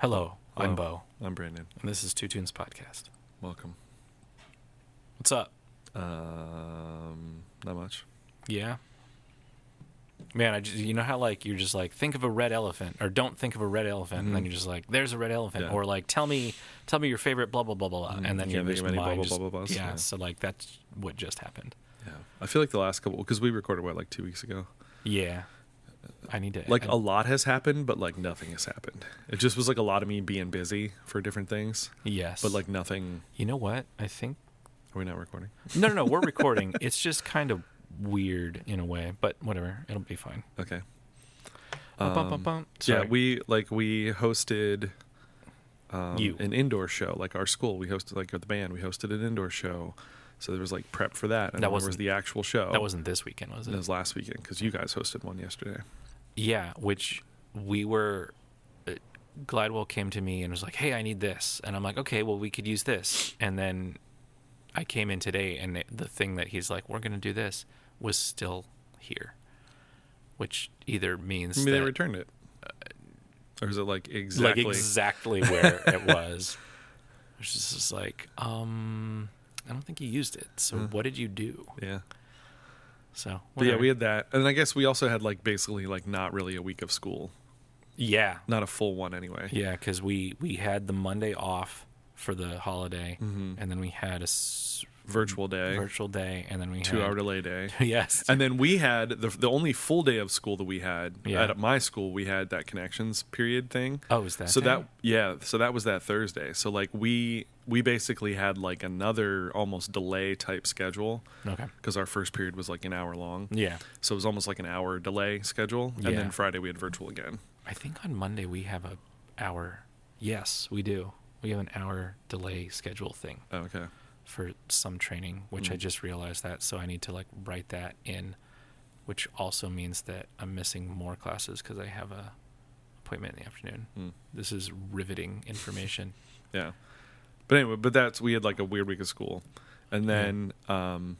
Hello, I'm Bo, Hello. I'm Brandon. and this is Two Tunes Podcast. Welcome. What's up? Um, not much. Yeah. Man, I just, you know how like you're just like think of a red elephant or don't think of a red elephant, and then Mhm. you're just like there's a red elephant, Yeah. or like tell me tell me your favorite blah blah blah blah, blah, Mhm. and then You your can't think of any blah, mind blah, just- blah, blah, blahs? yeah, Yeah. So like that's what just happened. Yeah. I feel like the last couple because we recorded what like two weeks ago. Yeah. I need to Like I- a lot has happened, but like nothing has happened. It just was like a lot of me being busy for different things, yes, but like nothing. you know what I think. Are we not recording? No, no, no. We're recording. it's just kind of weird in a way, but whatever. It'll be fine. Okay. Bum, bum, bum, Um, bum. Yeah, Sorry. we like we hosted um, You. an indoor show. Like our school, we hosted like the band. We hosted an indoor show, so there was like prep for that, and That then there was wasn't- the actual show. that wasn't this weekend, was it? And it was last weekend because you guys hosted one yesterday. Yeah, which we were. uh, Gladwell came to me and was like, "Hey, I need this," and I'm like, "Okay, well, we could use this." And then I came in today, and it, the thing that he's like, "We're going to do this," was still here, which either means I mean, they that- returned it. Or is it like exactly? like exactly where it was. Which is just like, um, I don't think you used it. So what did you do? yeah. So Mm. But yeah, whatever. we had that, and I guess we also had like basically like not really a week of school, yeah, not a full one anyway. Yeah, because we we had the Monday off for the holiday, Mm-hmm. and then we had a s- Virtual day, virtual day, and then we two had, hour delay day, yes, and then we had the the only full day of school that we had Yeah. at my school. We had that connections period thing. oh, is that so that day? yeah, so that was that Thursday. So like we we basically had like another almost delay type schedule okay? because our first period was like an hour long. Yeah, So it was almost like an hour delay schedule. Yeah. And then Friday we had virtual again. I think on Monday we have a hour. Yes, we do. We have an hour delay schedule thing Oh, okay. for some training, which Mm. I just realized that. So I need to like write that in, which also means that I'm missing more classes because I have a appointment in the afternoon. Mm. This is riveting information. Yeah. But anyway, but that's we had like a weird week of school. And Yeah. then um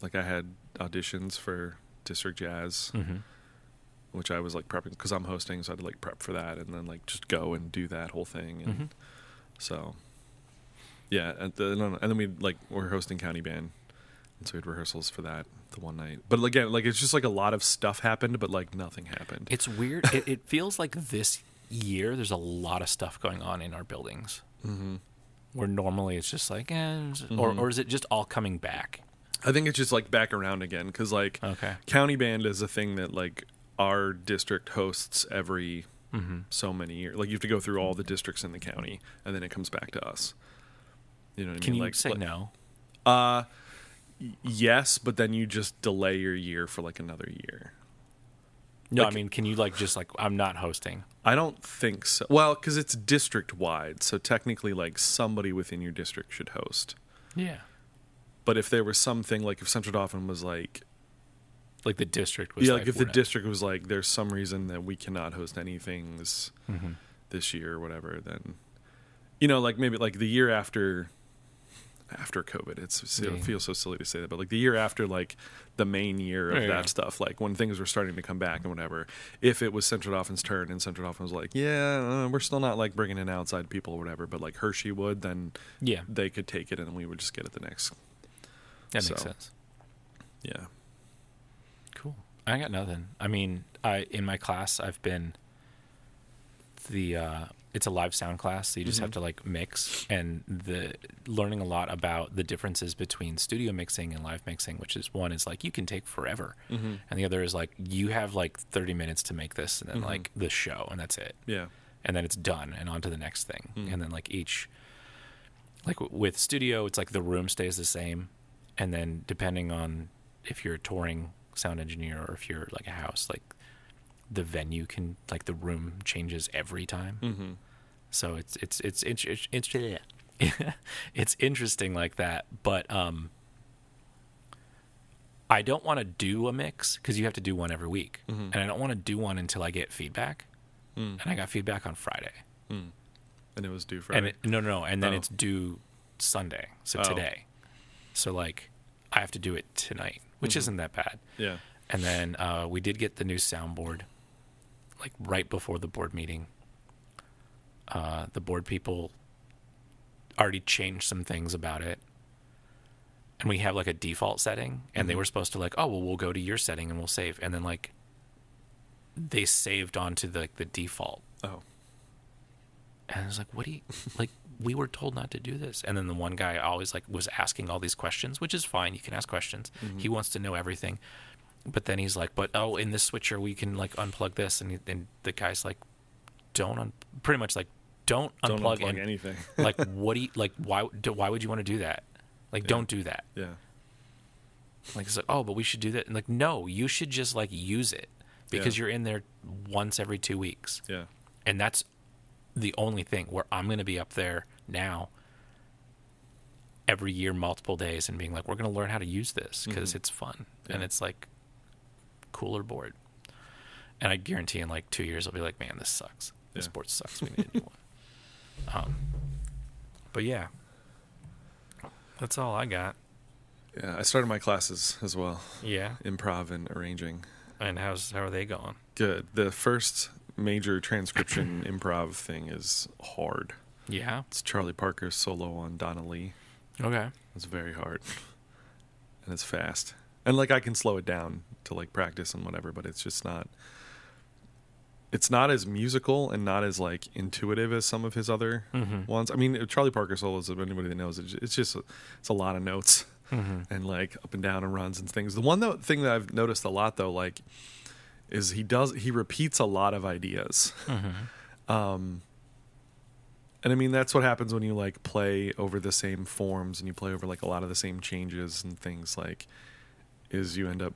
like I had auditions for District Jazz, Mm-hmm. which I was like prepping cuz I'm hosting, so I had to like prep for that and then like just go and do that whole thing and Mhm. so yeah, and then and then we like we're hosting county band. And so we had rehearsals for that the one night. But again, like it's just like a lot of stuff happened but like nothing happened. It's weird. it, it feels like this year there's a lot of stuff going on in our buildings Mhm. where normally it's just like, eh, it's- or, Mhm. or is it just all coming back? I think it's just like back around again because like Okay. county band is a thing that like our district hosts every Mm-hmm. so many years. Like you have to go through all the districts in the county, and then it comes back to us. You know what I Can mean? you like, say like- no? Uh, y- yes, but then you just delay your year for like another year. No, like- I mean, can you like just like I'm not hosting? I don't think so. Well, because it's district wide, so technically, like somebody within your district should host. Yeah. But if there was something like if Central Dauphin was like, Like the district was. yeah, like, if we're the not- district was like, there's some reason that we cannot host anything this Mhm. this year or whatever, then you know, like maybe like the year after after COVID, it's it Yeah. feels so silly to say that, but like the year after like the main year of Yeah, that yeah. stuff, like when things were starting to come back and whatever, if it was Central Dolphin's turn and Central Dolphin was like, yeah, uh, we're still not like bringing in outside people or whatever, but like Hershey would, then Yeah, they could take it and we would just get it the next. that makes so. sense. Yeah. Cool. I got nothing. I mean, I in my class I've been the uh it's a live sound class, so you just have to like mix and the learning a lot about the differences between studio mixing and live mixing, which is one is like you can take forever. And the other is like you have like 30 minutes to make this and then like the show and that's it Yeah. and then it's done and on to the next thing and then like each like w- with studio it's like the room stays the same and then depending on if you're a touring sound engineer or if you're like a house like the venue can like the room changes every time Mm-hmm. so it's it's it's it's it's, it's, it's interesting like that but um I don't want to do a mix because you have to do one every week, and I don't want to do one until I get feedback. And Mm. I got feedback on Friday, And it was due Friday. and it, no, no, no, and then Oh. it's due Sunday, so Oh. today. So like, I have to do it tonight, which Mm-hmm. isn't that bad. yeah. And then uh, we did get the new soundboard, like right before the board meeting, uh, the board people already changed some things about it and we have like a default setting and Mm-hmm. they were supposed to like oh well we'll go to your setting and we'll save and then like they saved onto the, the default Oh, and I was like, "What do you like? We were told not to do this." And then the one guy always like was asking all these questions, which is fine. You can ask questions. Mm-hmm. He wants to know everything, but then he's like, "But oh, in this switcher, we can like unplug this," and, he, and the guy's like, "Don't un-, pretty much like don't don't unplug, unplug and- anything. like what do you like? Why do, why would you want to do that? Like don't do that. yeah. Like it's like oh, but we should do that. And like no, you should just like use it because Yeah. you're in there once every two weeks Yeah. and that's the only thing where I'm going to be up there now every year multiple days and being like we're going to learn how to use this because it's fun and Yeah. it's like cooler board and I guarantee in like two years I'll be like man this sucks this Yeah. board sucks we need a new one um, but yeah that's all I got Yeah. I started my classes as well, yeah improv and arranging. and how's how are they going Good. The first major transcription improv thing is hard. yeah It's Charlie Parker's solo on Donna Lee. okay It's very hard. And it's fast. And like I can slow it down to like practice and whatever, but it's just not it's not as musical and not as like intuitive as some of his other Mhm. ones. I mean, Charlie Parker solos, if anybody that knows, it's it's just it's a lot of notes mm-hmm. and like up and down and runs and things. The one though, thing that I've noticed a lot though, like, is he does he repeats a lot of ideas. Mm-hmm. Um, and I mean that's what happens when you like play over the same forms and you play over like a lot of the same changes and things like is you end up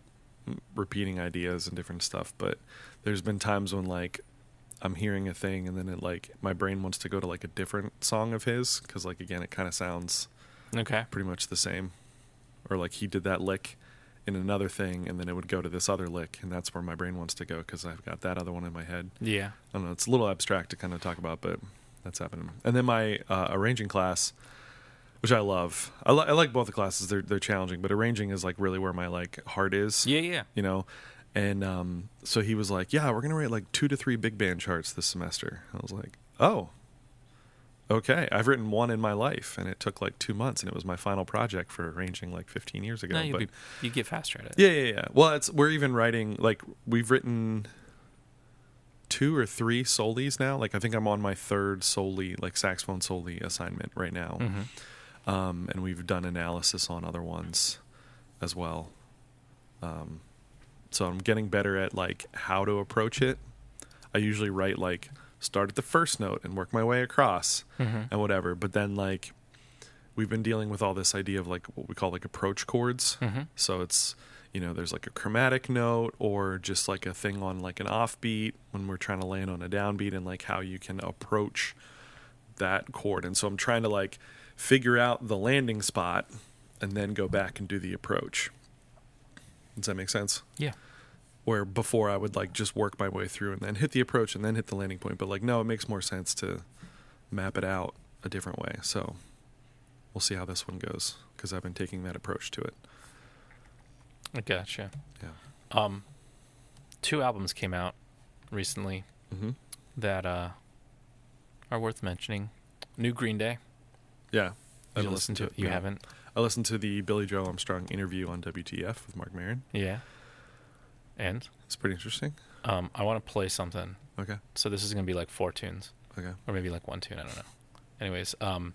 repeating ideas and different stuff. But there's been times when like I'm hearing a thing and then it like my brain wants to go to like a different song of his because like again it kind of sounds okay pretty much the same. Or like he did that lick in another thing, and then it would go to this other lick, and that's where my brain wants to go because I've got that other one in my head. yeah I don't know. It's a little abstract to kind of talk about, but that's happening. And then my uh, arranging class, which I love. I, li- I like both the classes. They're they're challenging, but arranging is like really where my like heart is yeah yeah you know and um, so he was like yeah we're gonna write like two to three big band charts this semester i was like oh okay i've written one in my life and it took like two months and it was my final project for arranging like 15 years ago no you but be you get faster at it yeah yeah yeah well it's we're even writing like we've written two or three solis now like i think i'm on my third soli like saxophone soli assignment right now Mhm. um, and we've done analysis on other ones as well. Um, so I'm getting better at like how to approach it. I usually write like start at the first note and work my way across Mhm. and whatever. But then like we've been dealing with all this idea of like what we call like approach chords. Mhm. So it's you know there's like a chromatic note or just like a thing on like an offbeat when we're trying to land on a downbeat and like how you can approach that chord. And so I'm trying to like figure out the landing spot and then go back and do the approach. Does that make sense? yeah Where before I would like just work my way through and then hit the approach and then hit the landing point. But like, no, it makes more sense to map it out a different way. So we'll see how this one goes because I've been taking that approach to it. I gotcha. Yeah. Um, two albums came out recently Mm-hmm. that uh, are worth mentioning. New Green Day. Yeah. Did I've you listen listened to it? You yeah. haven't? I listened to the Billy Joe Armstrong interview on WTF with Mark Maron. Yeah. And It's pretty interesting. um, I want to play something. Okay. So this is gonna be like four tunes, Okay. or maybe like one tune. I don't know. Anyways, um,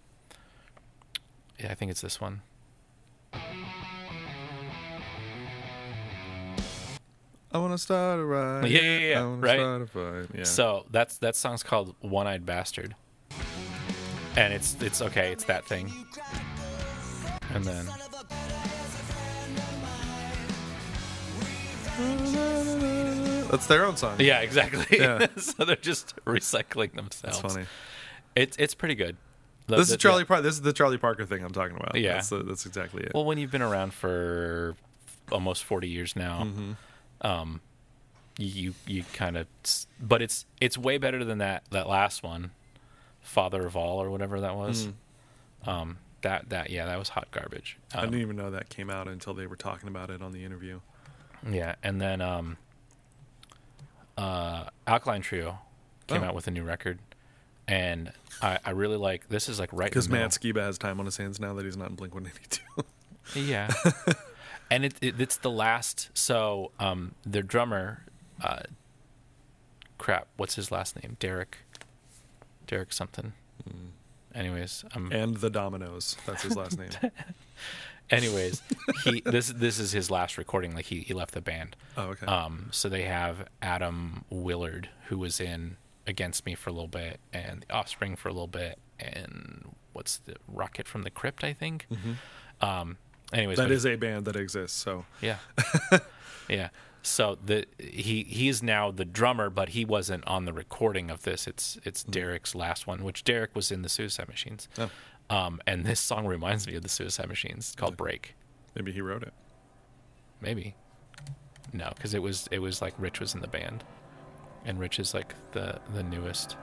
yeah, I think it's this one. I want to start a riot. Yeah, yeah, yeah, I wanna right. Start a fight. Yeah. So that's that song's called One Eyed Bastard, and it's it's okay. It's that thing. And then That's their own song. yeah, exactly. Yeah. so they're just recycling That's themselves. funny. It's it's pretty good. The- This the- is Charlie. Par- this is the Charlie Parker thing I'm talking about. Yeah. that's, the, that's exactly it. the- well, when you've been around for almost forty years now, Mm-hmm. um, you you kind of, but it's it's way better than that that last one, Father of All or whatever that was. Um, that that yeah, that was hot garbage. Mm. I Um, didn't even know that came out until they were talking about it on the interview. yeah, and then um, uh, Alkaline Trio came Oh. out with a new record, and I, I really like this is like right in Because the middle. Matt Skiba has time on his hands now that he's not in Blink 182. Yeah. and it, it it's the last. So um, their drummer, uh, crap, what's his last name? Derek. Derek something. Anyways, um, and the Dominoes. That's his last name. anyways, he this this is his last recording. Like he he left the band. Oh, okay. Um, so they have Adam Willard, who was in Against Me for a little bit, and The Offspring for a little bit, and what's the Rocket from the Crypt? I think. Um, anyways, Mm-hmm. that but- is a band that exists. So Yeah. yeah. So the he he is now the drummer, but he wasn't on the recording of this. It's it's Derek's last one, which Derek was in the Suicide Machines. Mm. Oh. Um, and this song reminds me of the Suicide Machines. It's called Break. maybe he wrote it. Maybe. No, because it was it was like Rich was in the band, and Rich is like the the newest.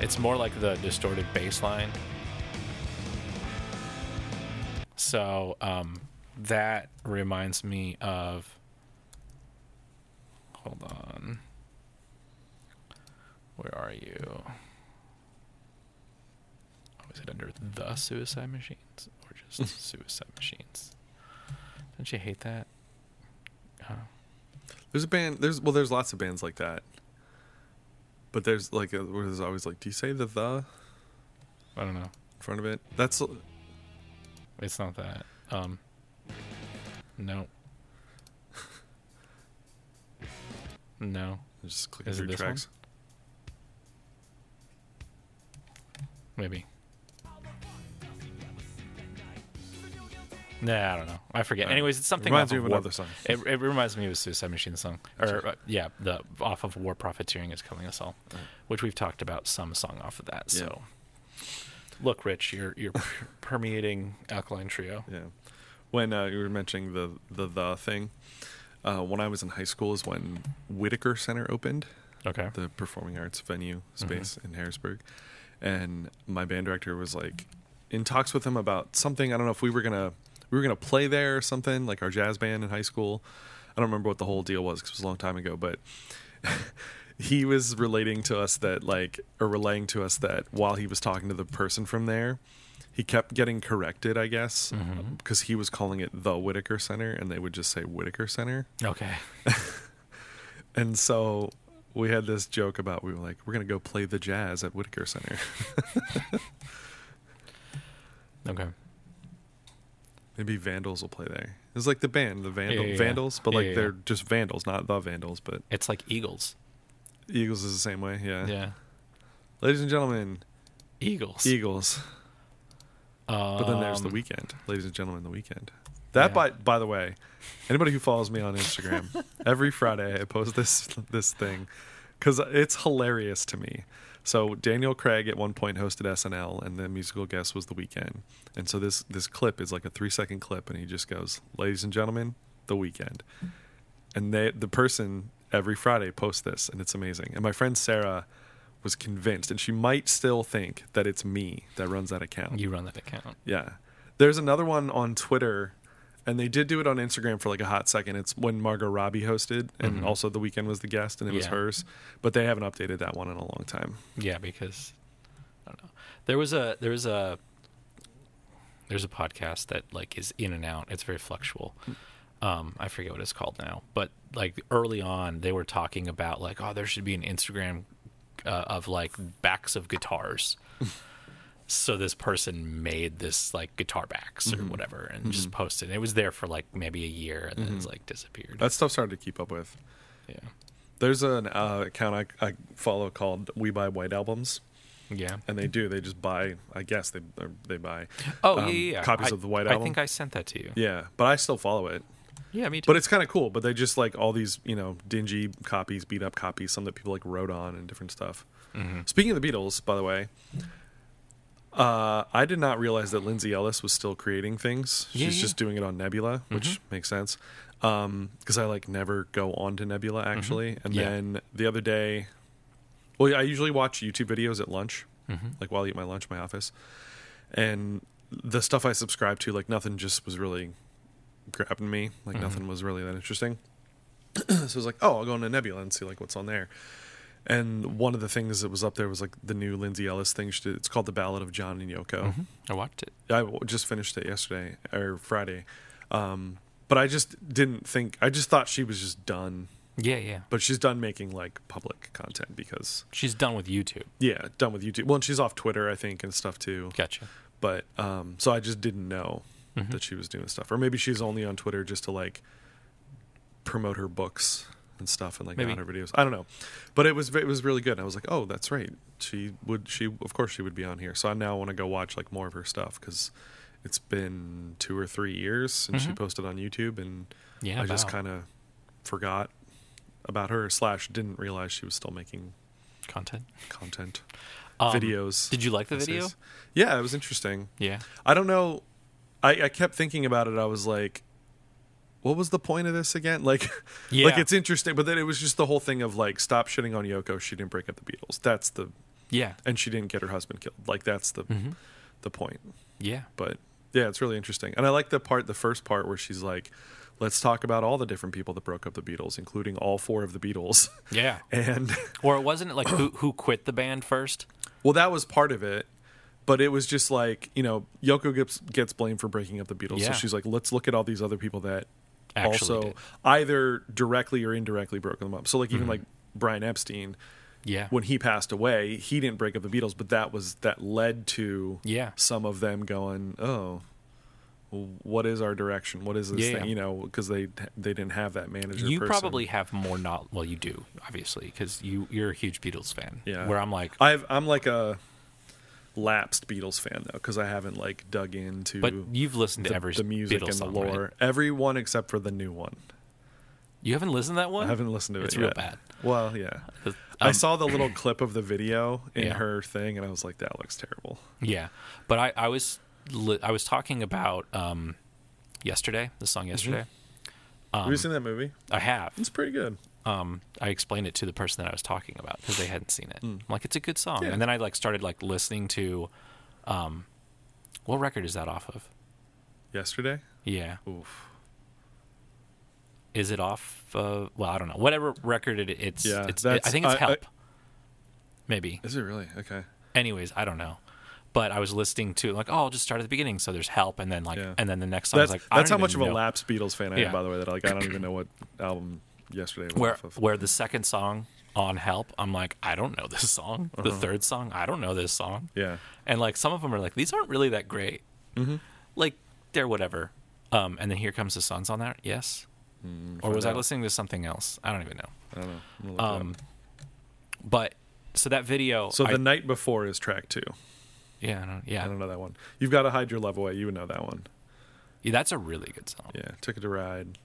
It's more like the distorted bass line. So um, that reminds me of. Hold on. Where are you? Was it under the suicide machines or just suicide machines? Don't you hate that? There's a band. There's well, there's lots of bands like that. But there's like a, where there's always like, do you say the the in I don't know. front of it? That's uh, It's not that. Um, no. no. just clicking Is it through this tracks. Maybe. Nah, I don't know. I forget. Uh, Anyways, it's something Reminds off me of War- another song. It, it reminds me of a Suicide Machine song, or Gotcha. uh, yeah, the off of War Profiteering is Killing Us All, which we've talked about some song off of that. Yeah. So, look, Rich, you're you're per- permeating Alkaline Trio. Yeah. When uh, you were mentioning the the the thing, uh, when I was in high school is when Whitaker Center opened, Okay. the performing arts venue space in Harrisburg, and my band director was like in talks with him about something. I don't know if we were gonna we were gonna play there or something like our jazz band in high school. I don't remember what the whole deal was 'cause it was a long time ago, but he was relating to us that like or relaying to us that while he was talking to the person from there he kept getting corrected i guess because he was calling it the whitaker center and they would just say whitaker center Okay. and so we had this joke about we were like we're gonna go play the jazz at whitaker center Okay. maybe vandals will play there it's like the band the Vandal, Yeah, yeah, yeah. vandals but Yeah, like yeah, yeah. they're just vandals not the vandals but It's like Eagles. eagles is the same way yeah, Yeah. ladies and gentlemen Eagles. eagles But then there's the Um, weekend, ladies and gentlemen. The weekend. That Yeah. by by the way, anybody who follows me on Instagram, every Friday I post this this thing because it's hilarious to me. So Daniel Craig at one point hosted SNL, and the musical guest was the weekend. And so this this clip is like a three second clip, and he just goes, "Ladies and gentlemen, the weekend." And they the person every Friday posts this, and it's amazing. And my friend Sarah was convinced, and she might still think that it's me that runs that account. You run that account. Yeah. There's another one on Twitter, and they did do it on Instagram for like a hot second. It's when Margot Robbie hosted, and also The Weeknd was the guest, and it was Yeah. hers. But they haven't updated that one in a long time. Yeah, because I don't know. There was a there was a there's a podcast that like is in and out. It's very fluctual. Um, I forget what it's called now, but like early on, they were talking about like, oh, there should be an Instagram uh, of like backs of guitars. so this person made this like guitar backs or Mm-hmm. whatever, and just posted. it was there for like maybe a year, and then it's like disappeared. Mm-hmm. That stuff's hard to keep up with. yeah, There's an uh, account I, I follow called We Buy White Albums, yeah. and they do. They just buy, I guess they or they buy. Oh um, yeah, yeah, yeah. Copies I- of the White I Album. think I sent that to you. yeah, but I still follow it. Yeah, me too. But it's kind of cool. But they just like all these, you know, dingy copies, beat up copies, some that people like wrote on and different stuff. Mm-hmm. Speaking of the Beatles, by the way, uh, I did not realize that Lindsay Ellis was still creating things. She's Yeah, yeah. Mm-hmm. just doing it on Nebula, which makes sense. Because I like never go on to Nebula actually. And Mm-hmm. Yeah. then the other day, well, yeah, I usually watch YouTube videos at lunch, Mm-hmm. like while I eat my lunch in my office. And the stuff I subscribe to, like nothing just was really grabbing me. Like nothing was really that interesting. so I was like, oh, I'll go into Nebula and see like what's on there. And one of the things that was up there was like the new Lindsay Ellis thing. She did. It's called The Ballad of John and Yoko. I watched it. Mm-hmm. I w- just finished it yesterday or Friday, um, but I just didn't think. I just thought she was just done. Yeah, yeah. But she's done making like public content because She's done with YouTube. yeah, done with YouTube. Well, and she's off Twitter, I think, and stuff too. Gotcha. Mm-hmm. But um, so I just didn't know that she was doing stuff, or maybe she's only on Twitter just to like promote her books and stuff, and like Maybe. not her videos. I don't know, but it was it was really good. And I was like, oh, that's right. She would she of course she would be on here. So I now want to go watch like more of her stuff because it's been two or three years since she posted on YouTube, and Mm-hmm. Yeah, I just about kind of forgot about her slash didn't realize she was still making content content Um, videos. Did you like the essays. video? Yeah, it was interesting. Yeah. I don't know. I, I kept thinking about it. I was like, what was the point of this again? Like, Yeah. like it's interesting, but then it was just the whole thing of like, stop shitting on Yoko. She didn't break up the Beatles. That's the Yeah. and she didn't get her husband killed. Like that's the Mhm. the point. Yeah. But yeah, it's really interesting. And I like the part, the first part where she's like, let's talk about all the different people that broke up the Beatles, including all four of the Beatles. Yeah. And Or it wasn't it like who who quit the band first? Well, that was part of it, but it was just like you know, Yoko gets gets blamed for breaking up the Beatles, Yeah. so she's like, let's look at all these other people that Actually also did. Mm-hmm. either directly or indirectly broke them up. So like even like Brian Epstein, Yeah. when he passed away, he didn't break up the Beatles, but that was that led to Yeah. some of them going, oh. What is our direction? What is this Yeah, thing? yeah. You know, because they they didn't have that manager. You person. probably have more not well you do, obviously, because you, you're a huge Beatles fan. Yeah. Where I'm like I've, I'm like a lapsed Beatles fan though, because I haven't like dug into. But you've listened to the, every the music Beatles and the song, lore. right? Everyone except for the new one. You haven't listened to that one? I haven't listened to It's it real yet. bad. Well, yeah. The- I um, saw the little clip of the video in Yeah. her thing, and I was like, "That looks terrible." Yeah, but I, I was li- I was talking about um, yesterday the Mm-hmm. song yesterday. Um, have you seen that movie? I have. It's pretty good. Um, I explained it to the person that I was talking about because they hadn't seen it. I'm like, it's a good song. Mm. Yeah. And then I like started like listening to, um, what record is that off of? Yesterday. Yeah, Oof. is it off? of Well, I don't know. Whatever record it, it's, Yeah, it's that's- I think it's I- I- Help. Maybe. Is it really okay? Anyways, I don't know. But I was listening to like, oh, I'll just start at the beginning. So there's Help, and then like, Yeah. and then the next song That's is like, I that's how don't much of even a know. lapsed Beatles fan I Yeah. am, by the way. That like I don't even know what album yesterday was where off of. where the second song on help i'm like i don't know this song the third song i don't know this song Uh-huh. Yeah. Mm-hmm. and like some of them are like these aren't really that great like they're whatever um and then here comes the suns on that yes or was i out. listening to something else i don't even know I don't know. I'm gonna look it up. um but so that video so I- the night before is track two. yeah I don't, yeah, I don't know that one. You've got to hide your love away. You would know that one. yeah that's a really good song Yeah. Took it to ride.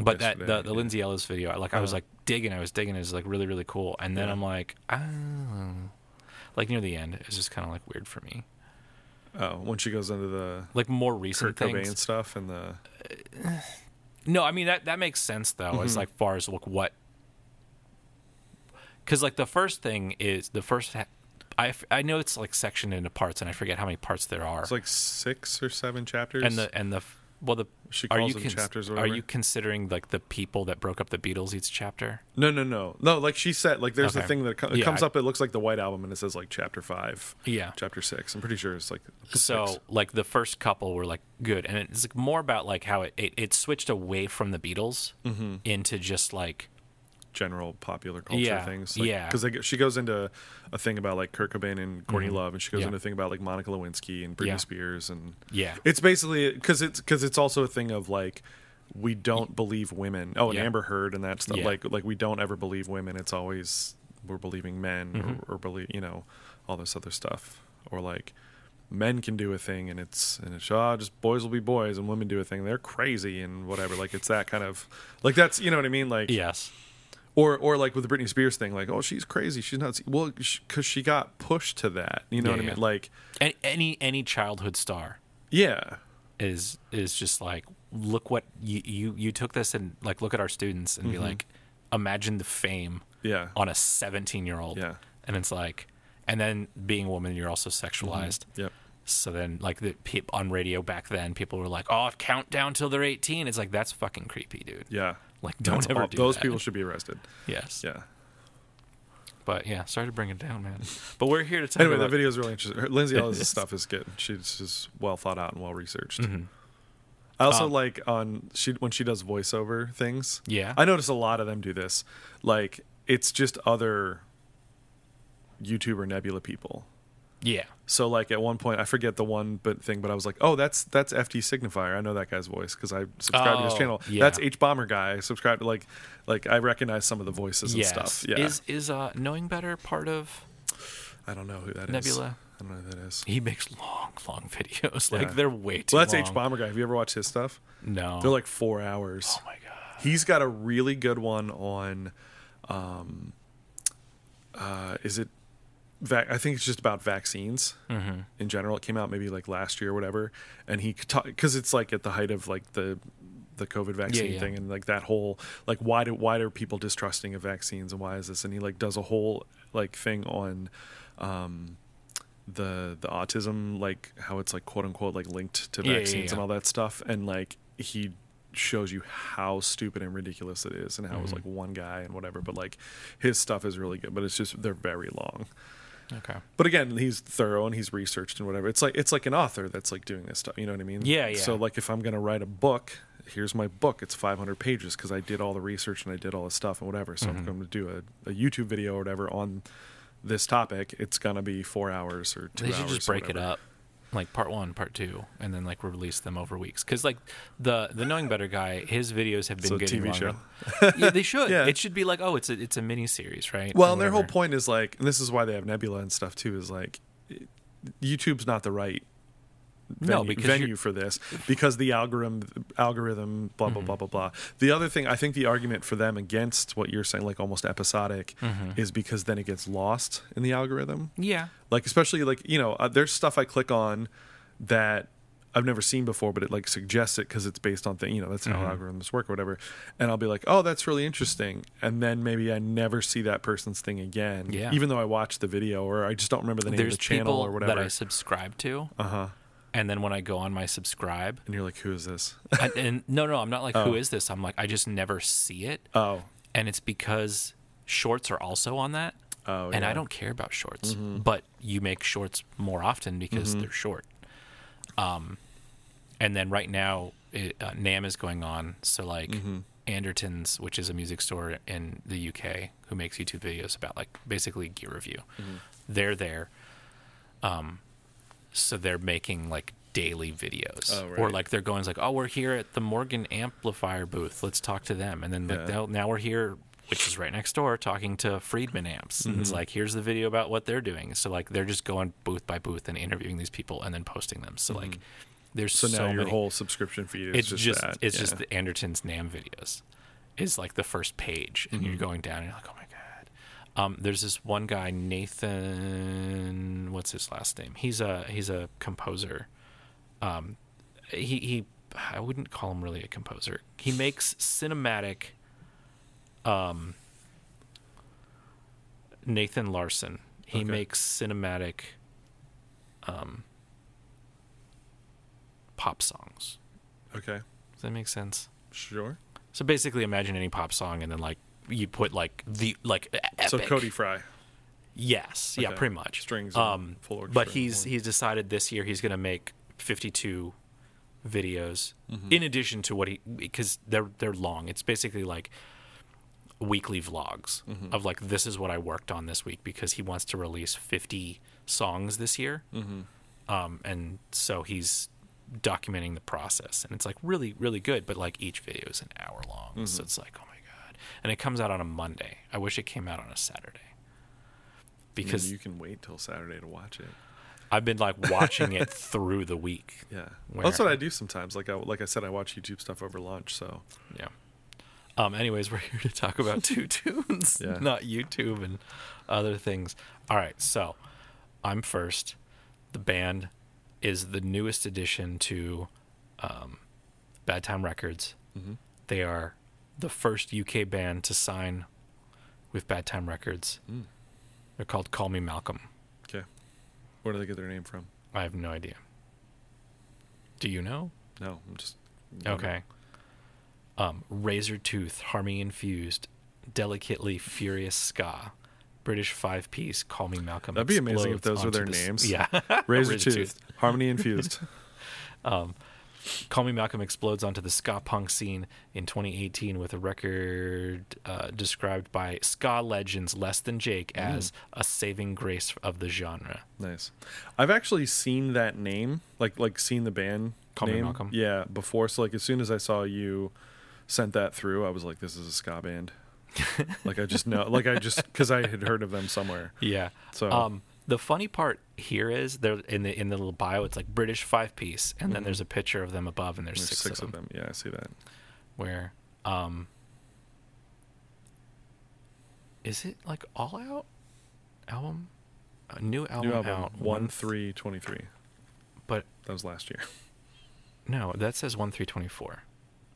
but that yesterday, the, the yeah. Lindsay Ellis video, I- like I was Uh-huh. like digging, I was digging, it was like really really cool, and then Yeah. I'm like, oh, like near the end, it was just kind of like weird for me. Oh, when she goes into the Like more recent Kurt Cobain things. stuff and the No, I mean that that makes sense though, as Mm-hmm. like far as like what, because like the first thing is the first. Ha- I, f- I know it's like sectioned into parts, and I forget how many parts there are. it's like six or seven chapters. and the and the f- well the She are calls you them cons- chapters or are whatever. you considering like the people that broke up the Beatles each chapter? no, no, no, no. Like she said, like there's Okay. the thing that co- it Yeah, comes I- up. It looks like the White Album, and it says like chapter five, Yeah, chapter six. I'm pretty sure it's like up to so six. like the first couple were like good and it's like, more about like how it, it, it switched away from the beatles Mm-hmm. into just like general popular culture Yeah, things. yeah. because she goes into a thing about like Kurt Cobain and Courtney Love, and she goes Mm-hmm. Yeah. into a thing about like Monica Lewinsky and Britney Yeah. Spears, and yeah it's basically because it's because it's also a thing of like. We don't believe women. Oh, and Yeah. Amber Heard and that stuff. Yeah. Like, like we don't ever believe women. It's always we're believing men Mm-hmm. or, or believe you know all this other stuff or like men can do a thing and it's and it's ah just boys will be boys and women do a thing they're crazy and whatever like it's that kind of like that's you know what I mean like yes or or like with the Britney Spears thing like oh she's crazy she's not well because she got pushed to that you know Yeah, what I yeah. mean like and any any childhood star yeah is is just like look what you you, you took this and like look at our students and Mm-hmm. be like imagine the fame yeah on a 17 year old Yeah. Mm-hmm. and it's like and then being a woman you're also sexualized yep So then, like the peop on radio back then, people were like, "Oh, count down till they're 18." It's like that's fucking creepy, dude. Yeah. Like, don't That's ever all- do those that. people should be arrested. Yes. Yeah. But yeah, sorry to bring it down, man. But we're here to talk Anyway, about that video is really interesting. Her- Lindsay It Ellis' is. stuff is good. She's just well thought out and well researched. Mhm. I also Um, like on she when she does voiceover things. Yeah. I notice a lot of them do this. Like it's just other YouTuber Nebula people. yeah. So like at one point I forget the one but thing, but I was like, oh, that's that's FT Signifier. I know that guy's voice because I subscribe to his Oh, channel. yeah. That's H Bomber guy. I subscribe to like like I recognize some of the voices and Yes. stuff. Yeah, Is is uh knowing better part of I don't know who that is. Nebula? I don't know who that is. He makes long, long videos. Like Yeah. they're way too. Well, that's long. H Bomber guy. Have you ever watched his stuff? No. They're like four hours. oh my god. He's got a really good one on, um, uh, is it? Vac- I think it's just about vaccines in general. It came out maybe like last year or whatever, and he because it's like at the height of like the the COVID vaccine yeah. thing and like that whole like why do why are people distrusting of vaccines and why is this? And he like does a whole like thing on. Um, the the autism like how it's like quote unquote like linked to Yeah, yeah, vaccines and yeah. all that stuff and like he shows you how stupid and ridiculous it is and how it was like Mm-hmm. one guy and whatever but like his stuff is really good but it's just they're very long Okay. but again he's thorough and he's researched and whatever it's like it's like an author that's like doing this stuff you know what i mean Yeah, yeah. so like if i'm gonna write a book here's my book it's 500 pages because i did all the research and i did all the stuff and whatever so i'm Mm-hmm. going to do a, a youtube video or whatever on this topic it's gonna be four hours or two they hours should just or break it whatever. up like part one part two and then like release them over weeks because like the the knowing better guy his videos have been So a getting TV longer. show. yeah they should Yeah. it should be like oh it's a it's a mini series right Well, Or and their whole whatever. point is like, and this is why they have Nebula and stuff too, is like, YouTube's not the right No, venue, because you're- venue for this because the algorithm, algorithm, blah Mm-hmm. blah blah blah blah. The other thing, I think, the argument for them against what you're saying, like almost episodic, Mm-hmm. is because then it gets lost in the algorithm yeah like especially like you know uh, there's stuff i click on that i've never seen before but it like suggests it because it's based on thing you know that's how Mm-hmm. algorithms work or whatever and i'll be like oh that's really interesting and then maybe i never see that person's thing again Yeah. even though i watched the video or i just don't remember the name there's of the channel people or whatever that i subscribe to uh-huh and then when i go on my subscribe and you're like who is this and, and no no i'm not like who is this i'm like i just never see it oh and it's because shorts are also on that oh and yeah. Mm-hmm. I don't care about shorts, but you make shorts more often because they're short. Um, and then right now, it, uh, Nam is going on, so like Mm-hmm. Anderton's, which is a music store in the UK, who makes YouTube videos about like basically gear review. Mm-hmm. They're there, um, so they're making like daily videos, Oh, or right. like they're going like, oh, we're here at the Morgan Amplifier booth. Let's talk to them, and then like Yeah. they'll now we're here, which is right next door, talking to Friedman Amps. And Mm-hmm. it's like, here's the video about what they're doing. So like, they're just going booth by booth and interviewing these people and then posting them. So like, there's Mm-hmm. so so, now your many. whole subscription feed is it's just, just, that. it's yeah. just the Anderton's Nam videos is like the first page, and you're Mm-hmm. going down and you're like, oh my god. Um, there's this one guy Nathan. What's his last name? He's a he's a composer. Um, he he. I wouldn't call him really a composer. He makes cinematic. um, Nathan Larson. He Okay. makes cinematic um, pop songs. okay Does that make sense? sure So basically, imagine any pop song, and then like you put like the like e- epic. so cody fry Yes, yeah, Okay. pretty much Strings and Um, full orchestra but and he's horn. he's decided this year he's going to make fifty-two videos Mm-hmm. in addition to what he because they're they're long. It's basically like weekly vlogs Mm-hmm. of like this is what I worked on this week because he wants to release fifty songs this year, um, and so he's documenting the process and it's like really really good but like each video is an hour long Mm-hmm. so it's like oh my god and it comes out on a monday i wish it came out on a saturday I mean, because you can wait till saturday to watch it I've been like watching it through the week. Yeah, where- that's what I do sometimes. Like I like I said, I watch YouTube stuff over lunch. So Yeah. Um. Anyways, we're here to talk about two tunes, Yeah. not YouTube and other things. All right. So, I'm first. The band is the newest addition to um, Bad Time Records. They are the first UK band to sign with Bad Mm. Time Records. They're called Call Me Malcolm. okay, where do they get their name from? I have no idea. Do you know? No, I'm just Okay. Um, razor tooth, harmony infused, delicately furious ska, British five piece. Call me Malcolm. That'd be amazing if explodes those were their onto the s- names. Yeah, razor tooth, harmony infused. Call Me Malcolm explodes onto the ska punk scene in 2018 with a record uh, described by ska legends Less Than Jake as a saving grace of the genre. nice. I've actually seen that name, like like seen the band Call Me name. Malcolm. Yeah, before. So like as soon as I saw you sent that through, I was like, this is a ska band. like I just know, like I just because I had heard of them somewhere. Yeah. So- um, the funny part here is there in the in the little bio it's like British five piece, and then there's a picture of them above, and Mm-hmm. there's, There's six, of them. Yeah, I see that. Where um, is it like all out album? A new album, New album out one month- three twenty three. but That was last year. no, that says one three twenty four.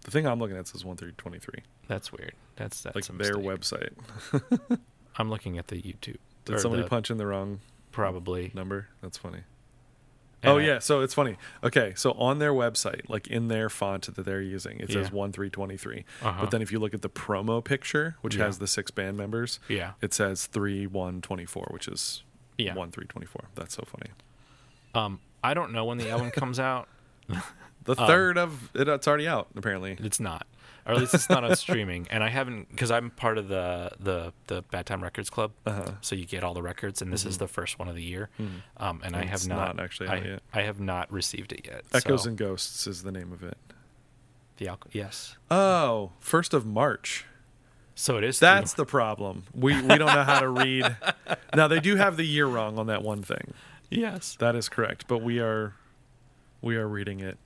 The thing I'm looking at says one three twenty three. That's weird. That's that's Like a their mistake. website. I'm looking at the YouTube. Did or somebody the- punch in the wrong Probably. number? That's funny. And oh I- yeah, so it's funny. Okay, so on their website, like in their font that they're using, it says Yeah. one three twenty three. Uh-huh. But then if you look at the promo picture, which Yeah. has the six band members, Yeah. it says three one twenty four, which is Yeah. one three twenty four. That's so funny. Um, I don't know when the album comes out. The Um, third of it, it's already out apparently. It's not, or at least it's not on streaming. And I haven't because I'm part of the the the Bad Time Records Club, Uh-huh. so you get all the records, and this is the first one of the year. Um, and, I And have it's not, not actually I, out yet. I have not received it yet. Echoes so and Ghosts is the name of it. the alco- yes. Oh, first of March. So it is. three That's the problem. We we don't know how to read. Now they do have the year wrong on that one thing. months. yes. That is correct, but we are we are reading it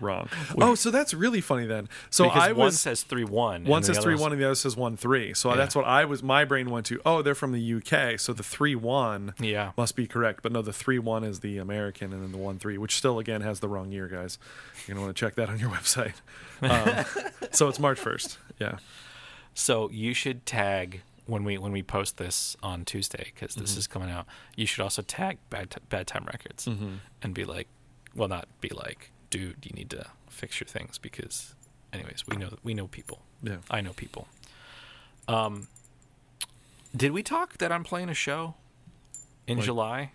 wrong. oh, so that's really funny then. So because I one was says three one. one says three one and the other says one three. So Yeah. that's what I was. My brain went to. Oh, they're from the UK, so the three one Yeah. must be correct. But no, the three one is the American, and then the one three, which still again has the wrong year, guys. You're gonna want to check that on your website. Um, so it's March first. Yeah. So you should tag when we when we post this on Tuesday because Mm-hmm. this is coming out. You should also tag Bad, Ti- Bad Time Records Mm. and be like, well, not be like, dude, you need to fix your things because, anyways, we know we know people. Yeah. I know people. Um, did we talk that I'm playing a show in Like- July?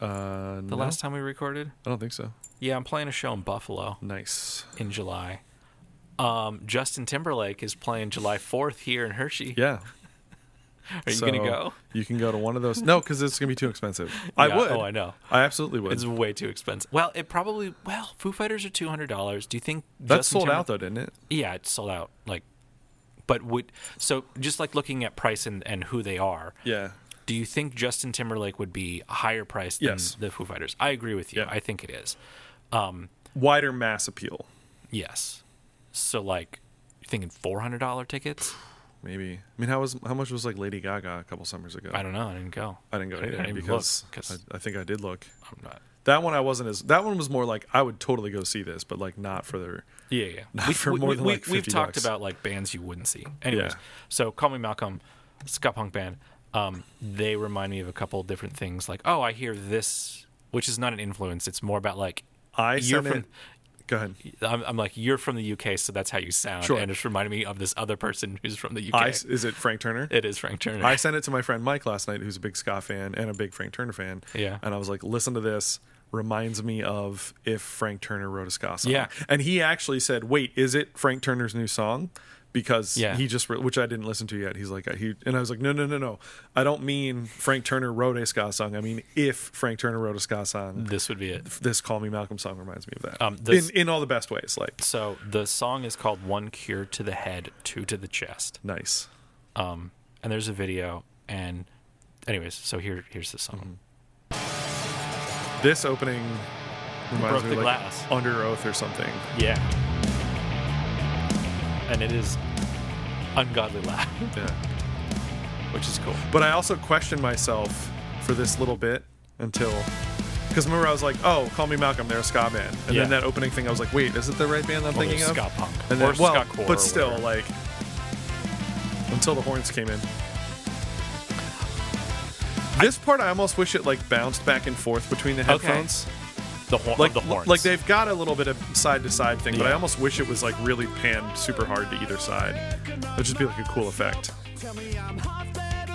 Uh, The last time we recorded. I don't think so. Yeah, I'm playing a show in Buffalo Nice. in July. Um, Justin Timberlake is playing July 4th here in Hershey. Yeah. Are you going to go? You can go to one of those. No, because it's going to be too expensive. I Yeah, would. Oh, I know. I absolutely would. It's way too expensive. Well, it probably well, Foo Fighters are two hundred dollars. Do you think That's sold out though, didn't it? Yeah, it's sold out. Like, but would so just like looking at price and and who they are. Yeah. Do you think Justin Timberlake would be a higher price than Yes. the Foo Fighters? I agree with you. Yeah. I think it is. Wider mass appeal, Yes. So like, you're thinking four hundred dollar tickets? maybe. I mean, how was how much was like Lady Gaga a couple summers ago? I don't know. I didn't go. I didn't go I didn't either even look, because 'cause- I, I think I did look. I'm not. That one I wasn't as. That one was more like I would totally go see this, but like not for the. Yeah, yeah. Not for more than, like, we've 50 talked bucks. about like bands you wouldn't see. Anyways, Yeah. so Call Me Malcolm, ska punk band. Um, they remind me of a couple different things. Like, oh, I hear this, which is not an influence. It's more about like I you're sent from. it. Go ahead. I'm, I'm like you're from the UK, so that's how you sound. Sure. And it's reminding me of this other person who's from the UK. I, is it Frank Turner? it is Frank Turner. I sent it to my friend Mike last night, who's a big ska fan and a big Frank Turner fan. Yeah. And I was like, listen to this. Reminds me of if Frank Turner wrote a ska song. Yeah. And he actually said, wait, is it Frank Turner's new song? Because Yeah. he just, which I didn't listen to yet. He's like, he, and I was like, no, no, no, no. I don't mean Frank Turner wrote a ska song. I mean, if Frank Turner wrote a ska song, this would be it. this Call Me Malcolm song reminds me of that. Um, this- in, in all the best ways. Like, So the song is called "One Cure to the Head, Two to the Chest." nice. Um, and there's a video. And anyways, so here here's the song. This opening reminds Broke me the of Mm-hmm. like glass. Under Oath or something. Yeah. And it is ungodly loud. Yeah. Which is cool. But I also questioned myself for this little bit until. Because remember, I was like, oh, call me Malcolm, they're a ska band. And Yeah. then that opening thing, I was like, wait, is it the right band I'm Well, thinking there's of? ska punk. And or then, well, ska core. or but still, whatever. like, until the horns came in. This part I almost wish it like bounced back and forth between the Okay. headphones. The horn, Like the horns. like they've got a little bit of side to side thing, but I Yeah. almost wish it was like really panned super hard to either side. It'd just be like a cool effect.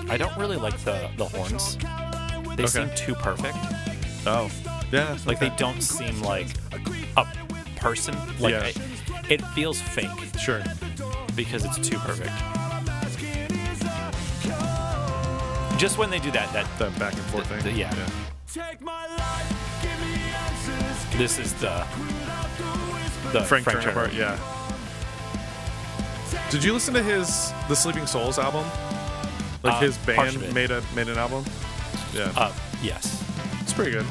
I don't really like the the horns. They Okay. seem too perfect. Oh, yeah. Like they don't seem like a person. Like Yeah. I- it feels fake sure. because it's too perfect. Just when they do that, that That back and forth eh? thing. the- yeah. Uh, Take my life, give me answers. this is the the Frank, Turner, part, yeah. Did you listen to his the Sleeping Souls album? Like Uh, his parts of band it. made a made an album. Yeah, Uh, yes. it's pretty good.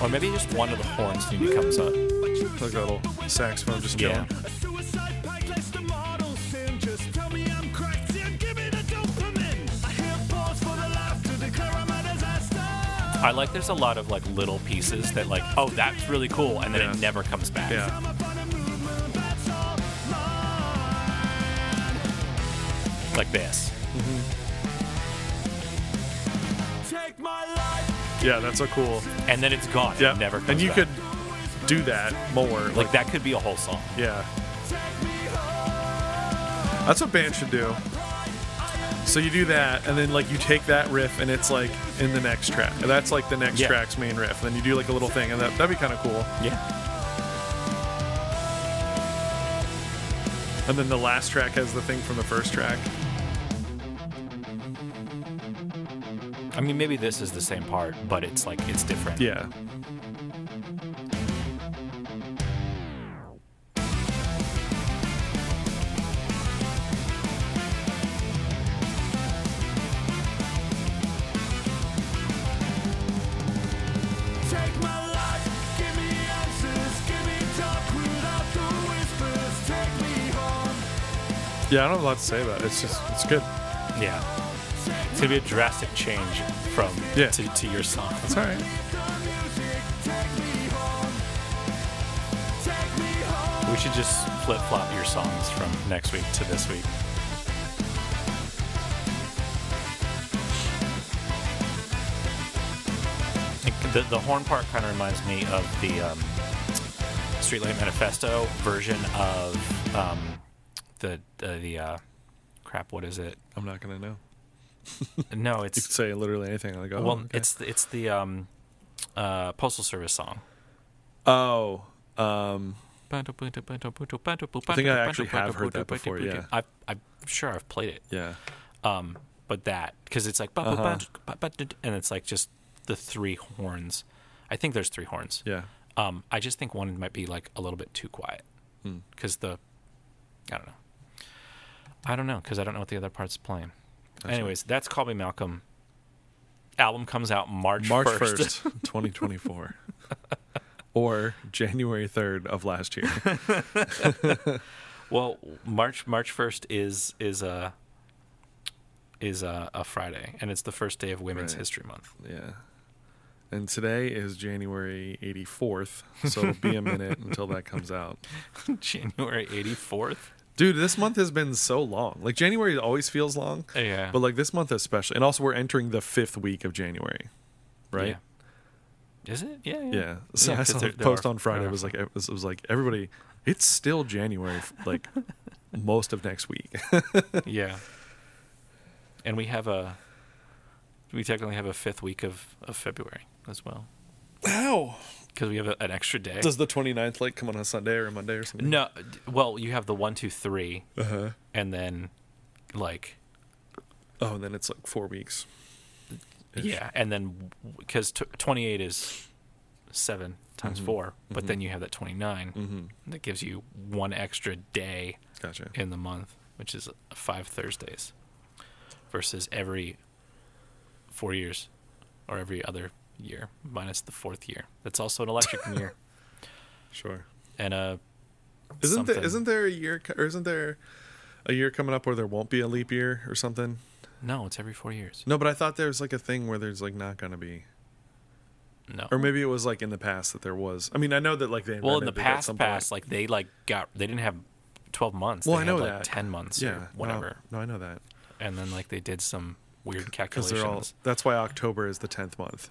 Or maybe just one of the horns maybe comes up. Like that little saxophone just Yeah. chilling. A suicide pact, less the mortal sin. Just tell me I'm cracked and give me the dopamine. I hear pause for the laugh to declare I'm a disaster. I like there's a lot of like little pieces that like oh that's really cool and then Yeah. it never comes back. Yeah. I'm upon a movement that's all mine. Like this. Take my life, yeah, that's so cool. And then it's gone. Yeah, It never comes and you back. could do that more. Like, like that could be a whole song. yeah, take me home. that's what bands should do. So you do that, and then like you take that riff, and it's like in the next track. And that's like the next Yeah. track's main riff. And then you do like a little thing, and that that'd be kind of cool. Yeah. And then the last track has the thing from the first track. I mean maybe this is the same part but it's like it's different. Yeah. Take my life, give me answers, give me talk without the whispers. Take me home. Yeah, I don't have a lot to say about it. It's just it's good. Yeah. It's gonna be a drastic change from Yeah. to, to your song. It's all right. We should just flip flop your songs from next week to this week. The, the horn part kind of reminds me of the um, Streetlight Manifesto version of um, the uh, the uh, crap. What is it? I'm not gonna know. No, You could it's say literally anything. Like, oh, well, okay. it's it's the um, uh, Postal Service song. oh, um, I think think I actually have heard that before, yeah. I, I'm sure I've played it. yeah, Um, but that because it's like ba- Uh-huh. ba- ba- ba- ba- and it's like just the three horns. I think there's three horns. yeah. Um, I just think one might be like a little bit too quiet Hmm. because the I don't know. I don't know because I don't know what the other part's playing. Anyways, that's Call Me Malcolm. Album comes out March March 1st. first, 2024, or January 3rd of last year. Well, March March first is is a is a, a Friday, and it's the first day of Women's Right. History Month. Yeah. And today is January 84th, so it'll be a minute until that comes out. January eighty fourth. Dude, this month has been so long. Like January always feels long, Yeah, but like this month especially. And also, we're entering the fifth week of January, right? Yeah. Is it? Yeah. Yeah. Yeah. So I 'cause saw there- a there post are- on Friday. there It are was some. like it was, it was like everybody. It's still January, f- like most of next week. yeah. And we have a we technically have a fifth week of, of February as well Wow. because we have a, an extra day. Does the 29th like come on a Sunday or a Monday or something? Uh-huh. no, d- well, you have the one, two, three, and then like Oh, and then it's like four weeks. Yeah, and then because t- 28 is seven times Mm-hmm. four, but then you have that 29 Mm. that gives you one extra day Gotcha. in the month, which is five Thursdays versus every four years or every other year minus the fourth year. That's also an election year Sure. and uh, a Isn't there, something. isn't there a year co- or isn't there a year coming up where there won't be a leap year or something? no, it's every four years. No, but I thought there was like a thing where there's like not going to be. No. Or maybe it was like in the past that there was. I mean, I know that like they well, in the invented it at past some point. past like they like got they didn't have 12 months. Well, they I had, know like that. 10 months Yeah, or no, whatever. No, I know that And then like they did some weird because calculations. they're all. That's why October is the tenth month.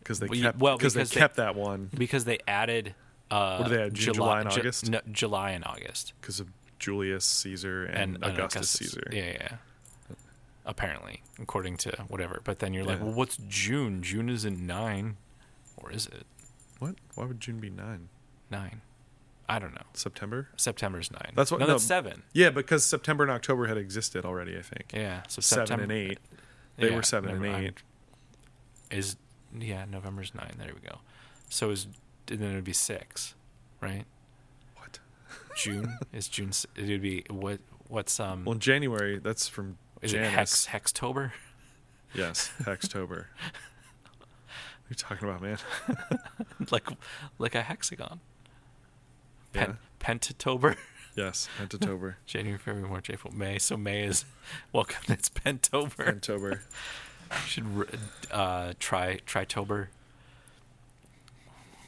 Because they Well, you- kept. well, because they because they- kept that one because they added uh What do they add, Ju- July and Ju- August? no, July and August. because of Julius Caesar and, And, and Augustus, Caesar. Yeah, yeah, yeah. Apparently, according to whatever. But then you're like, Yeah. well, what's June? June isn't nine, or is it What? Why would June be nine? nine? I don't know. September? September's nine. That's what- No, no. that's seven. Yeah, because September and October had existed already. I think Yeah. So seven September and eight. They yeah, were seven and never mind. eight. Is yeah, November's nine. There we go. So is and then it would be six, right? What? June is June. s- It would be what? What's um? Well, in January. That's from is it Janus. hex hextober? Yes, Hextober. what are you talking about, man? like like a hexagon. Yeah. Pen, Pentatober. Yes, Pentatober. January, February, March, April, May. So May is welcome. It's Pentober. Pentober. Should re- uh, try Tritober.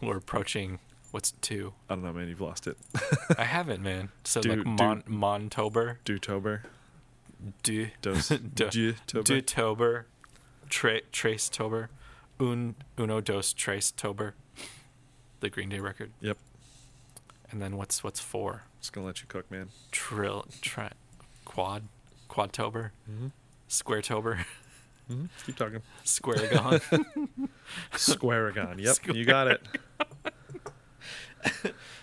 We're approaching. What's two? I don't know, man. You've lost it. I haven't, man. So Dude, like Mon Montober, Dewtober. Du Dos. Dewtober. Dutober, tra- Trace Tober, Un Uno Dos Trace Tober, the Green Day record, Yep. and then what's what's four? Just gonna let you cook, man. Trill, tri, quad, quadtober, square tober, Mm-hmm. Keep talking. square gone. Squaragon. Yep, you got it.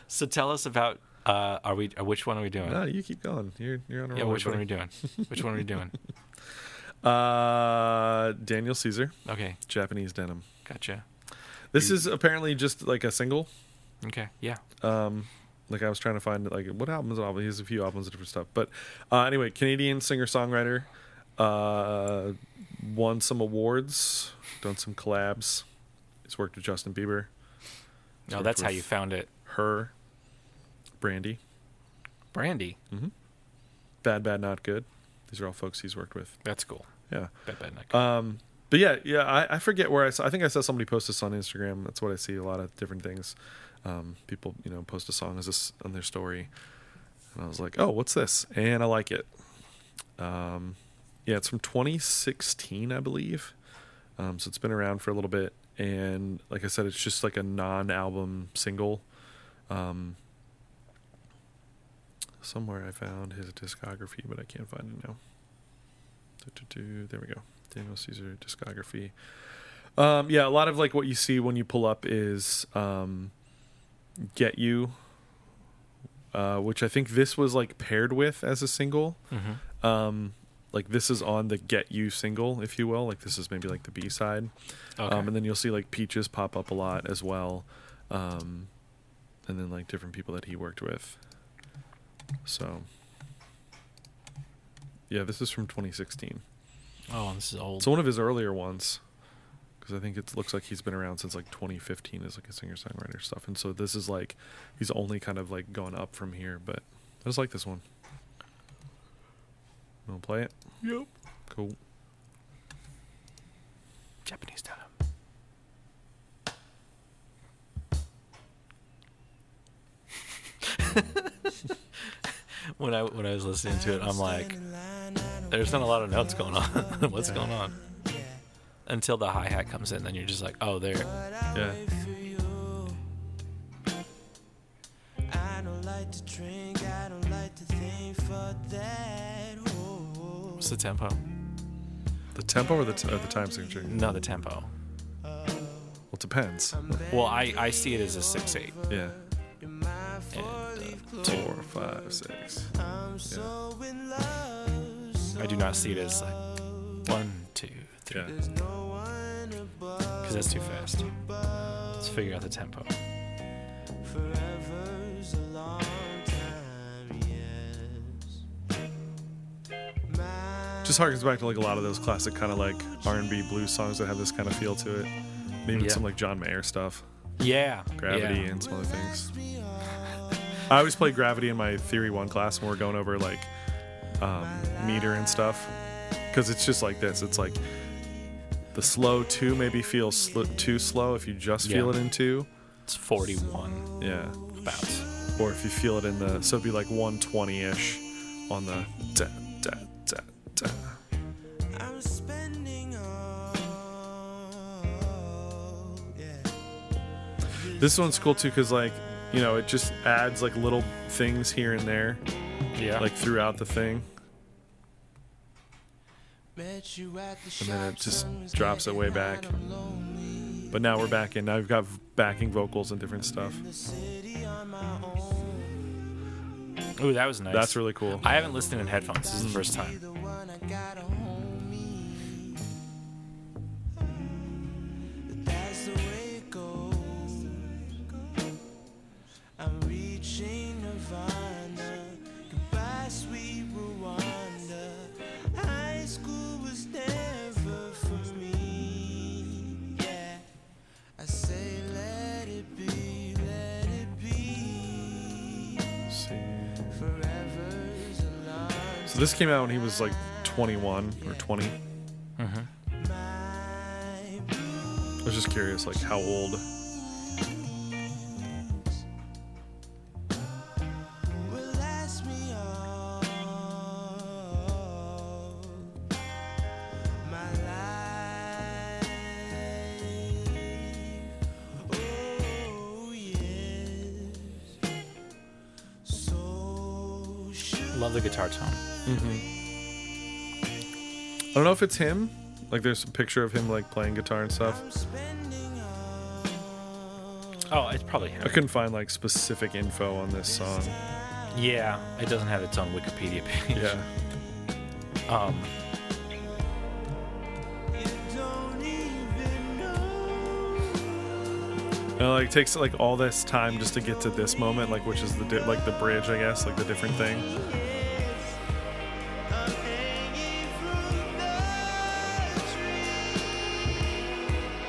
so tell us about uh, are we uh, which one are we doing? No, you keep going. You're you're on a yeah, roll. which one are we buddy. doing? Which one are we doing? Uh, Daniel Caesar, Okay, Japanese denim. gotcha. This is apparently just like a single. Okay, yeah. Um, Like I was trying to find like what albums and all. He has a few albums of different stuff. But uh, anyway, Canadian singer songwriter. Uh, won some awards, done some collabs. He's worked with Justin Bieber, No, worked that's how with- you found it, her, Brandy. Mm-hmm. Brandy. Bad, Bad, Not Good. These are all folks he's worked with. That's cool. Yeah. Bad, bad, not good. Um, but yeah, yeah, I, I forget where I saw. I think I saw somebody post this on Instagram. That's what I see a lot of different things. Um, people, you know, post a song as this on their story, and I was like, oh, what's this? And I like it. Um, yeah, it's from 2016, I believe. Um, so it's been around for a little bit, and like I said, it's just like a non-album single. Um, somewhere I found his discography, but I can't find it now. Du-du-du, There we go. Daniel Caesar discography. Um, yeah, a lot of like what you see when you pull up is um, "Get You," uh, which I think this was like paired with as a single. Mhm. Um, like this is on the "Get You" single, if you will. Like this is maybe like the B side, Okay. um, and then you'll see like Peaches pop up a lot as well, um, and then like different people that he worked with. So, yeah, this is from 2016. oh, this is old. So one of his earlier ones, because I think it looks like he's been around since like 2015 as like a singer songwriter stuff, and so this is like he's only kind of like gone up from here. But I just like this one. Wanna play it? yep. Cool. Japanese denim. when I when I was listening to it, I'm like, there's not a lot of notes going on. What's going on? Until the hi hat comes in, then you're just like, oh, there. Yeah. I don't like to drink, I don't like to think for that. Oh, What's the tempo? The tempo or the t- or the time signature? Well, No, the tempo. it depends. Well, I I see it as a six eight. Yeah. you're my And, uh, two. Four, five, six. I'm so in love. So I do not see it as like one, two, three, Yeah. there's no one above because that's too fast. Let's figure out the tempo. forever's a long time, yes. My Just harkens back to like a lot of those classic kind of like R&B blues songs that have this kind of feel to it. Maybe even Yeah. some like John Mayer stuff. Yeah. gravity Yeah. and some other things. I always play gravity in my theory one class when we're going over like um, meter and stuff because it's just like this. It's like the slow two maybe feels sl- too slow if you just feel Yeah. it in two. It's 41 Yeah, bounce. or if you feel it in the so it'd be like 120 ish on the da, da, da, da. I'm spending all, yeah. This one's cool too because like you know it just adds like little things here and there Yeah. like throughout the thing, Met you at the and shop. then it just sun was drops it way getting back. hot, I'm lonely. But now we're back in. Now we've got backing vocals and different stuff. The city on my own. Ooh, that was nice. That's really cool. I haven't listened in headphones. This is the first time. The one I got a homie. But that's the way it goes. I'm reaching Nirvana. Goodbye, sweet Rwanda. High school was never for me. Yeah. I say, let it be, let it be. Forever's a long So this came out when he was like 21 or 20. I was just curious, like how old. will last me all my life. Oh, yes. So should Love the guitar tone. I don't know if it's him. Like there's a picture of him like playing guitar and stuff. I'm spending all Oh, it's probably him. I couldn't find like specific info on this song. Yeah, it doesn't have its own Wikipedia page. Yeah. Um, you don't even know. And it, like takes like all this time just to get to this moment, like which is the di- like the bridge, I guess, like the different thing. Yes, I'm hanging from the tree.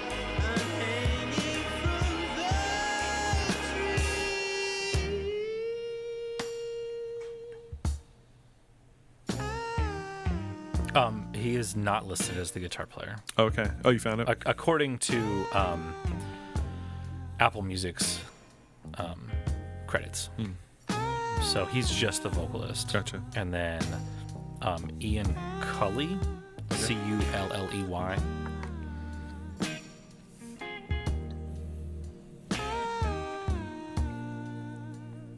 I'm hanging from um, he is not listed as the guitar player, Okay. Oh, you found it. Ac- according to um, Apple Music's um, credits. So he's just the vocalist. Hmm. Gotcha. And then um, Ian Cully, C U L L E Y.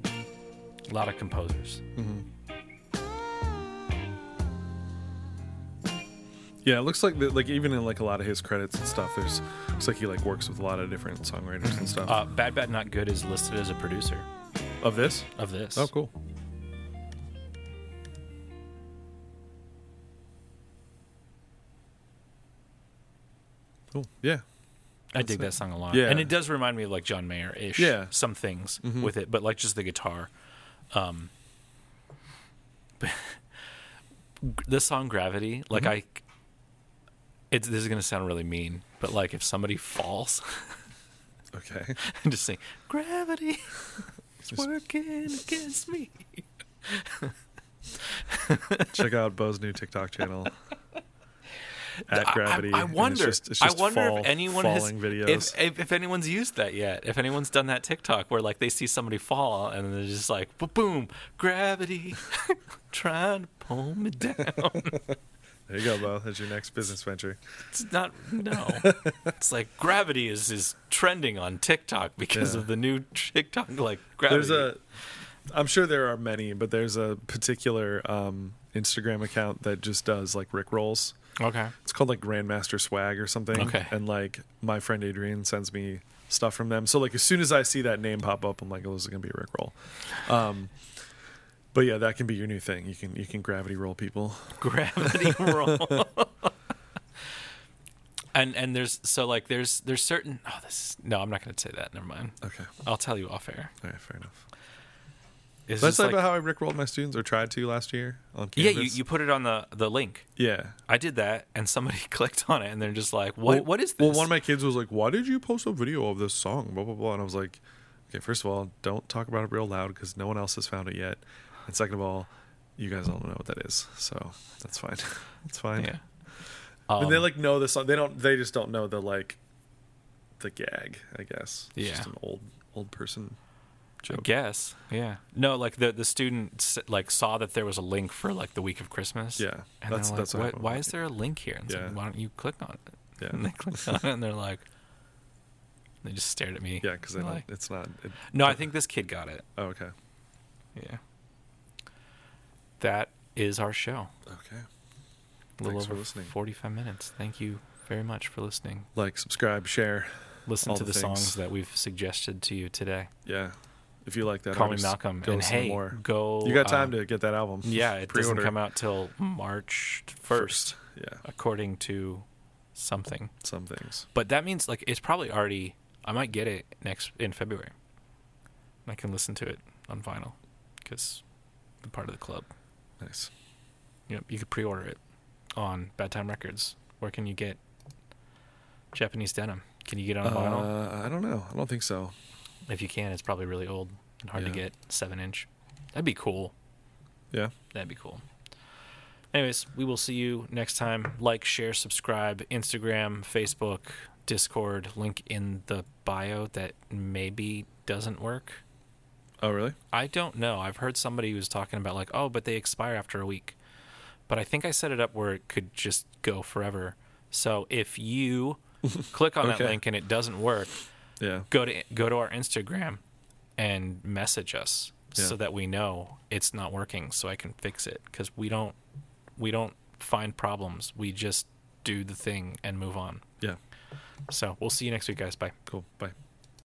A lot of composers. Yeah, it looks like that. Like even in like a lot of his credits and stuff, there's looks like he like works with a lot of different songwriters and stuff. Uh, Bad Bad Not Good is listed as a producer of this. Uh, of this. Oh, cool. Cool. Yeah. I dig that song a lot. Yeah. And it does remind me of like John Mayer ish. Yeah. Mm-hmm. Some things with it, but like just the guitar. Um, this song, Gravity, like Mm-hmm. I. It's, this is going to sound really mean, but like if somebody falls Okay. and just sing, Gravity is working against me. Check out Bo's new TikTok channel. At I- gravity. I, I and it's wonder. just- it's just I wonder fall- if anyone has falling videos. If, if if anyone's used that yet. If anyone's done that TikTok where like they see somebody fall and they're just like, "Ba- boom, gravity, trying to pull me down. there you go, Bo. That's your next business venture. It's not no. It's like gravity is is trending on TikTok because Yeah. of the new TikTok like gravity. There's a. I'm sure there are many, but there's a particular um, Instagram account that just does like Rick rolls. okay. it's called like Grandmaster Swag or something. Okay. And like my friend Adrian sends me stuff from them. So like as soon as I see that name pop up, I'm like, oh, this is gonna be a Rickroll. Um, but yeah, that can be your new thing. You can you can gravity roll people. gravity roll. and and there's so like there's there's certain oh this no I'm not going to say that never mind Okay. I'll tell you off air. All right, fair enough. It's That's just like like, about how I Rickrolled my students or tried to last year on yeah, campus. you, you put it on the the link. yeah. I did that, and somebody clicked on it, and they're just like, "What? what is this?" Well, one of my kids was like, "Why did you post a video of this song?" Blah blah blah, and I was like, "Okay, first of all, don't talk about it real loud because no one else has found it yet, and second of all, you guys all know what that is, so that's fine. that's fine." yeah. and they Um, like know the song. They don't. They just don't know the like, the gag. I guess. It's Yeah. Just an old old person I joke. guess. Yeah. No, like the the students like saw that there was a link for like the week of Christmas. Yeah, And that's, that's- like, that's what "Why- happened with why me." is there a link here? And it's Yeah. like, why don't you click on it? Yeah. And they click on it and they're like they just stared at me. Yeah, because They're like, it's not. It, No, I think this kid got it. oh, okay. Yeah. That is our show. Okay. A little Thanks for over listening. 45 minutes. Thank you very much for listening. Like, subscribe, share. Listen All to the the, things. songs that we've suggested to you today. Yeah. If you like that, Call me artist, Malcolm. Go and listen to hey, more. go. you got time um, to get that album. Yeah, it Pre-order. doesn't come out till March 1st, Yeah, according to something. some things. But that means like it's probably already. I might get it next in February. And I can listen to it on vinyl because I'm part of the club. Nice. You know, you could pre-order it on Bad Time Records. Where can you get Japanese denim? Can you get it on vinyl? Uh, I don't know. I don't think so. If you can, it's probably really old and hard to Yeah. get seven inch. That'd be cool. Yeah. That'd be cool. Anyways, we will see you next time. Like, share, subscribe, Instagram, Facebook, Discord, link in the bio that maybe doesn't work. Oh, really? I don't know. I've heard somebody who was talking about like, oh, but they expire after a week. But I think I set it up where it could just go forever. So if you click on Okay. that link and it doesn't work, Yeah. go to go to our Instagram and message us Yeah. so that we know it's not working so I can fix it cuz we don't we don't find problems. We just do the thing and move on. Yeah. So, we'll see you next week guys. Bye. Cool. Bye.